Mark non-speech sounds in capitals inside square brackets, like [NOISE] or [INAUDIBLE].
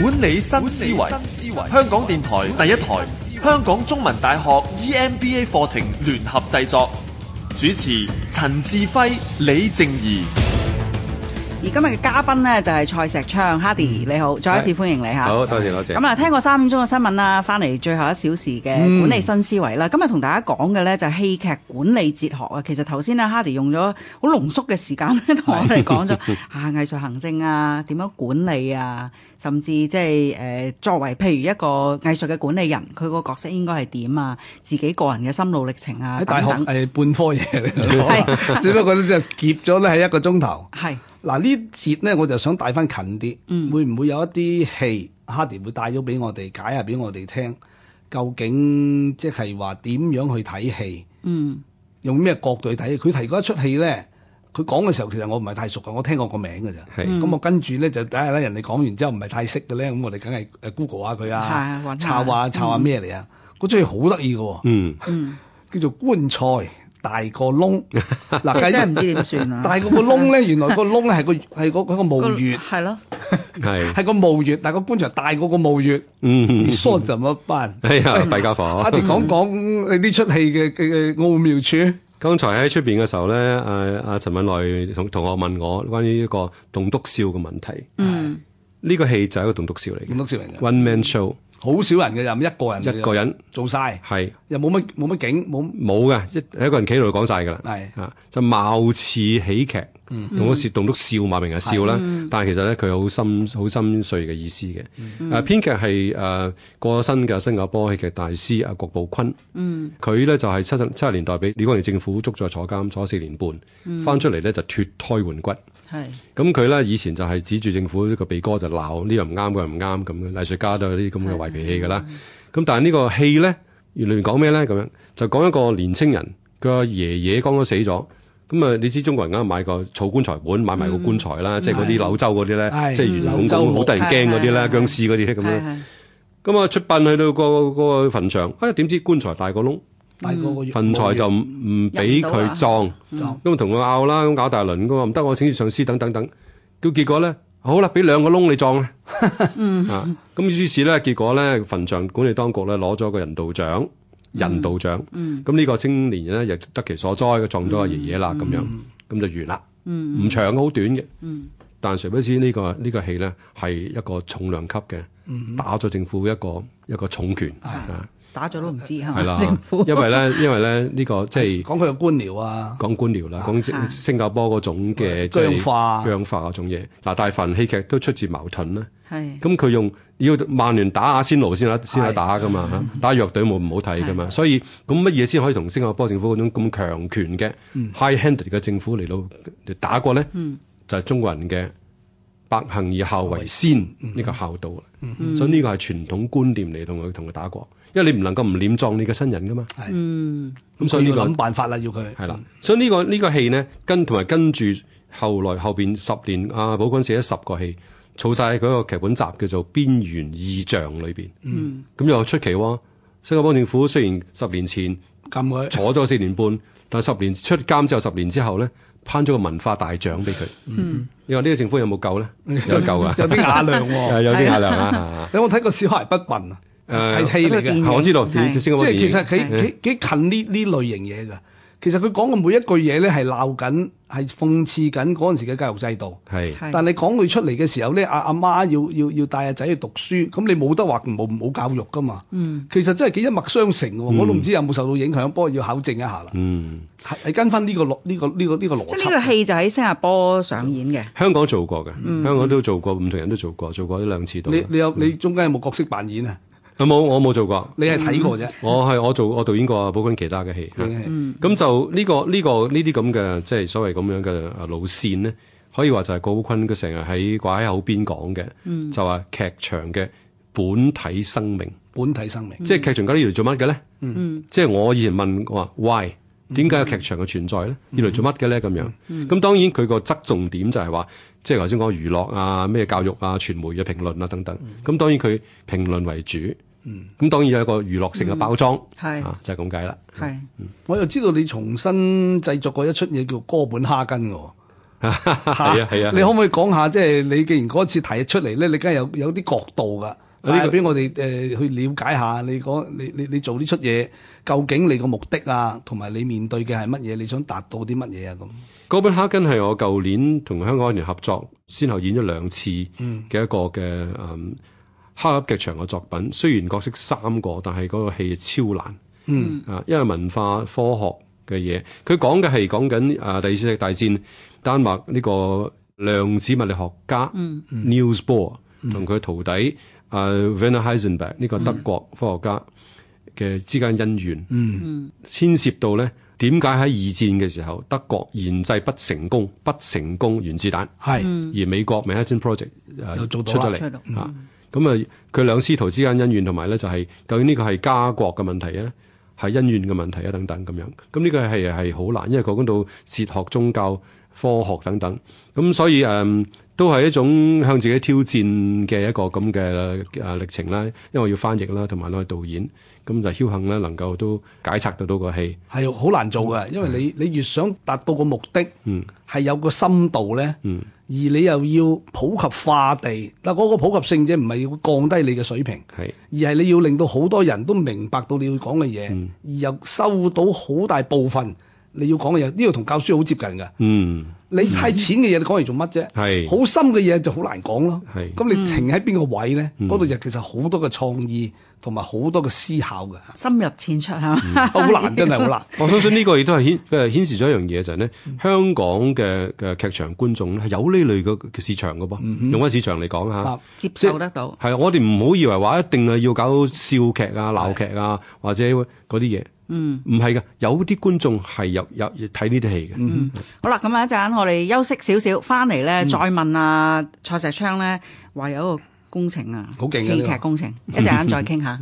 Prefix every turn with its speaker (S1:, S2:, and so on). S1: 管理新思維，香港電台第一台、香港中文大學 E EMBA 課程聯合製作，主持陳志輝、李靜宜。
S2: 而今日嘅嘉賓呢，就係蔡石昌，Hardy 你好，再一次歡迎你嚇。
S3: 好多謝多謝。
S2: 咁啊，聽過三點鐘嘅新聞啦，翻嚟最後一小時嘅管理新思維啦。今日同大家講嘅呢，就係戲劇管理哲學啊。其實頭先咧，Hardy 用咗好濃縮嘅時間咧， [LAUGHS] 同我哋講咗啊藝術行政啊，點樣管理啊，甚至即係誒作為譬如一個藝術嘅管理人，佢個角色應該係點啊，自己個人嘅心路歷程啊
S4: 喺大
S2: 等
S4: 學
S2: 等。
S4: 係半科嘢嚟， [LAUGHS] 只不過咧就夾咗咧係一個鐘頭。
S2: 係
S4: 嗱呢節咧我就想帶翻近啲，
S2: 嗯
S4: 會唔會有一啲戲 Hardy 會帶咗俾我哋解下俾我哋聽，究竟即係話點樣去睇戲，
S2: 嗯
S4: 用咩角度去睇？佢提過一出戲咧，佢講嘅時候其實我唔係太熟嘅，我聽過個名㗎咋。
S3: 係
S4: 咁我跟住咧就睇下咧，人哋講完之後唔係太識嘅咧，咁我哋梗係誒 Google 下
S2: [LAUGHS]
S4: 佢
S2: 係
S4: 啊，
S2: 揾下
S4: 查下查下咩嚟啊？嗰出戲好得意嘅喎。
S3: 嗯，
S2: 嗯，
S4: 叫做棺材大個
S3: [LAUGHS]
S4: 窿，嗱
S2: 即係真係唔知
S4: 計
S2: 點算啊。
S4: 大個個窿咧，原來個窿咧係個係個係個墓穴，
S2: 係咯，
S3: [LAUGHS] 係，
S4: 係個墓穴，但係個棺材大過個墓穴，
S3: 嗯，
S4: 你疏怎麼辦？
S3: 哎呀，弊家
S4: 阿
S3: 伙！
S4: 迪講講你呢出戲嘅嘅嘅奧妙處，
S3: 剛才喺出邊嘅時候咧，誒阿陳敏來同同學問我關於一個棟篤笑嘅問題。
S2: 嗯，
S3: 呢個戲就係一個棟篤笑嗯嚟
S4: 咁
S3: 嘅
S4: 多少人嘅，
S3: ，one man show，
S4: 好少人嘅又一個人，
S3: 一個人
S4: 做晒，
S3: 係
S4: 又冇乜冇乜景，冇
S3: 冇嘅，一一個人企喺度講晒㗎啦。
S4: 係
S3: 啊，就貌似喜劇，用嗰時棟篤笑，馬明係笑啦。但係其實咧，佢有好深、好深邃嘅意思嘅。誒編劇係誒過咗身嘅新加坡戲劇大師阿郭寶坤，佢咧就係七十七十年代俾李光耀政府捉咗坐監，坐咗四年半，翻出嚟咧就脱胎換骨。
S2: 係。
S3: 咁佢咧以前就係指住政府呢個鼻哥就鬧呢樣唔啱，嗰樣唔啱咁嘅，藝術家都有啲咁嘅壞脾氣㗎啦。咁但係呢個戲咧，原來講咩咧？咁樣就講一個年青人，佢個爺爺剛剛死咗。咁啊，你知中國人啱買個草棺材本，買埋個棺材啦，即係嗰啲柳州嗰啲咧，
S4: 係
S3: 即係
S4: 嗯
S3: 圓
S4: 柳州
S3: 拱
S4: 木
S3: 好得人驚嗰啲啦，
S2: 係係係
S3: 僵屍嗰啲咧咁樣。
S2: 係
S3: 咁啊，出殯去到個個墳場，啊點知棺材大個窿，
S4: 大個個
S3: 墳
S4: 墓
S3: 材
S4: 穴
S3: 嗯就唔唔俾
S2: 入唔到啊
S3: 佢葬。
S4: 就
S3: 咁同佢拗啦，咁搞大輪，佢話唔得，我請示上司等等等。咁結果咧，好啦，俾兩個窿你撞啦。[LAUGHS]
S2: 嗯
S3: 啊，咁於是咧，結果咧，墳場管理當局咧攞咗個人道獎，
S2: 嗯
S3: 人道獎。咁呢個青年人咧，亦得其所災，佢撞咗阿爺爺
S2: 嗯
S3: 啦，咁樣，咁就完啦。唔長嘅，好短嘅。
S2: 嗯
S3: 但誰不知呢個呢個戲咧係一個重量級嘅，
S2: 嗯
S3: 打咗政府一個一個重拳。啊
S2: 打咗都唔知係
S3: 係
S2: 嘛？
S3: 啦
S2: 政府，
S3: 因為咧，因為咧呢個即係。
S4: 講佢嘅官僚啊，
S3: 講官僚啦，講
S2: 啊
S3: 新新加坡嗰種嘅即係
S4: 僵化
S3: 僵化嗰種嘢。嗱，大凡戲劇都出自矛盾啦。
S2: 係
S3: 咁佢用要曼聯打阿仙奴先得先得打噶嘛，
S2: 嗯
S3: 嚇打弱隊冇唔好睇噶嘛。所以咁乜嘢先可以同新加坡政府嗰種咁強權嘅
S2: 嗯
S3: high-handed 嘅政府嚟到嚟打過咧？就係中國人嘅百行以孝為先
S2: 嗯
S3: 呢個孝道啦。所以呢個係傳統觀念嚟同佢同佢打過，因為你唔能夠唔殮葬你嘅親人噶嘛。
S4: 咁
S3: 咁
S4: 所
S3: 所以
S4: 以要
S3: 呢個
S4: 諗辦法啦，要佢
S3: 係啦，所以呢、個呢、個戲呢，跟同埋跟住後來後邊十年，阿、寶君寫咗十個戲，儲晒嗰個劇本集叫做《邊緣意象》裏邊。嗯，咁又出奇喎、新加坡政府雖然十年前
S4: 撳佢，！
S3: 坐咗四年半，但十年出監之後，十年之後呢，頒咗個文化大獎俾佢。嗯，你話呢個政府有冇救呢？有得救啊
S4: [LAUGHS] 有啲雅量
S3: [LAUGHS]
S4: 喎。
S3: 有啲壓力
S4: [LAUGHS]
S3: 啊！
S4: 有冇睇過《小孩不笨》啊？
S3: 誒
S4: 係戲嚟嘅
S2: 電影。
S3: 我知道，
S2: 係
S3: 新加
S4: 即
S3: 坡
S4: 係其實
S3: 電
S4: 佢幾幾近呢呢類型嘢㗎。其實佢講嘅每一句嘢咧係鬧緊，係諷刺緊嗰陣時嘅教育制度。
S3: 影係
S2: 係
S4: 但你講佢出嚟嘅時候咧，阿阿媽要要要帶阿仔去讀書，咁你冇得話冇冇教育㗎嘛。嗯、其實真係幾一脈相承喎，我都唔知有冇受到影響，不過要考證一下啦。
S3: 嗯，
S4: 係係跟翻呢個邏呢個呢個呢個邏
S2: 即係呢個
S4: 輯。
S2: 戲就喺新加坡上演嘅。
S3: 香港做過嘅，香港都做過，唔同人都做過，做過一兩次到啦。
S4: 嗯你你有你中間有冇角色扮演啊？
S3: 有冇？我冇做過。
S4: 你係睇過啫。
S3: 我係我做我導演過寶君其他嘅戲，嚇
S4: 嗯
S3: 咁就呢、個呢、個呢啲咁嘅即係所謂咁樣嘅啊路線咧，可以話就係郭寶坤佢成日喺掛喺口邊講嘅，就話劇場嘅本體生命，
S4: 本體生命。
S3: 即係劇場家呢度做乜嘅咧？即係我以前問我話 why 點解有劇場嘅存在咧？原來做乜嘅咧？咁樣咁、當然佢個側重點就係話，即係頭先講娛樂啊、咩教育啊、傳媒嘅評論啊等等。咁、當然佢評論為主，咁、當然有一個娛樂性嘅包裝。啊，
S2: 係
S3: 嗯就係咁解啦。
S2: 係
S4: 我又知道你重新製作過一出嘢叫《哥本哈根》嘅喎，
S3: 係啊係啊
S4: 你可唔可以講下，即係你既然嗰次提出嚟咧，你梗係有有啲角度㗎，
S3: 個
S4: 帶俾我哋誒去了解下你嗰你你你做呢出嘢究竟你個目的啊，同埋你面對嘅係乜嘢，你想達到啲乜嘢啊咁。
S3: 哥本哈根係我舊年同香港藝聯合作，先後演咗兩次嘅一個嘅嗯黑盒劇場嘅作品。雖然角色三個，但係嗰個戲超難。嗯啊，因為文化科學嘅嘢，佢講嘅係講緊啊第二次世界大戰丹麥呢個量子物理學家 Niels Bohr 同佢徒弟啊 Werner Heisenberg 呢個德國科學家嘅之間恩怨。牽涉到咧點解喺二戰嘅時候德國研製不成功、不成功原子彈，
S4: 係，
S3: 而美國 Manhattan Project 誒
S4: 就做到
S3: 出咗
S2: 出
S4: 啦
S2: 到
S3: 嚟嚇。咁啊，佢兩師徒之間恩怨，同埋咧就係、究竟呢個係家國嘅問題啊，係恩怨嘅問題啊等等咁樣。咁呢個係係好難，因為講到哲學、宗教、科學等等。咁所以誒、嗯都係一種向自己挑戰嘅一個咁嘅誒歷程啦。因為我要翻譯啦，同埋我係導演，咁就僥幸咧能夠都解拆得到個戲。
S4: 係好難做嘅，因
S3: 嗯
S4: 為你你越想達到個目的，係、有個深度咧，
S3: 嗯
S4: 而你又要普及化地嗱，嗰、個普及性啫，唔係要降低你嘅水平，
S3: 係
S4: 而係你要令到好多人都明白到你要講嘅嘢，
S3: 嗯
S4: 而又收到好大部分你要講嘅嘢，呢個同教書好接近嘅。
S3: 嗯。
S4: 你太淺嘅嘢，你講嚟做乜啫？
S3: 係
S4: 好深嘅嘢就好難講咯。
S3: 係嗯
S4: 咁你停喺邊個位咧？嗰度就其實好多嘅創意同埋好多嘅思考嘅，
S2: 深入淺出係
S3: 嗯
S2: 嘛？
S4: 好難真係好難。
S3: 我相信呢個亦都係顯誒顯示咗一樣嘢就係咧，香港嘅嘅劇場觀眾咧係有呢類嘅嘅市場嘅噃，用翻市場嚟講
S4: 啊
S3: 嚇。
S2: [LAUGHS] 接受得到。
S3: 係啊我哋唔好以為話一定係要搞笑劇啊、鬧劇啊，或者嗰啲嘢。嗯，唔係嘅，有啲觀眾係有有睇呢啲戲嘅。
S2: 好啦，咁啊一陣我哋休息少少，翻嚟
S3: 嗯
S2: 咧再問啊蔡石昌咧話有一個工程啊，
S4: 好勁嘅呢
S2: 戲
S4: 個
S3: 啊
S2: 劇工程，一陣間再傾下。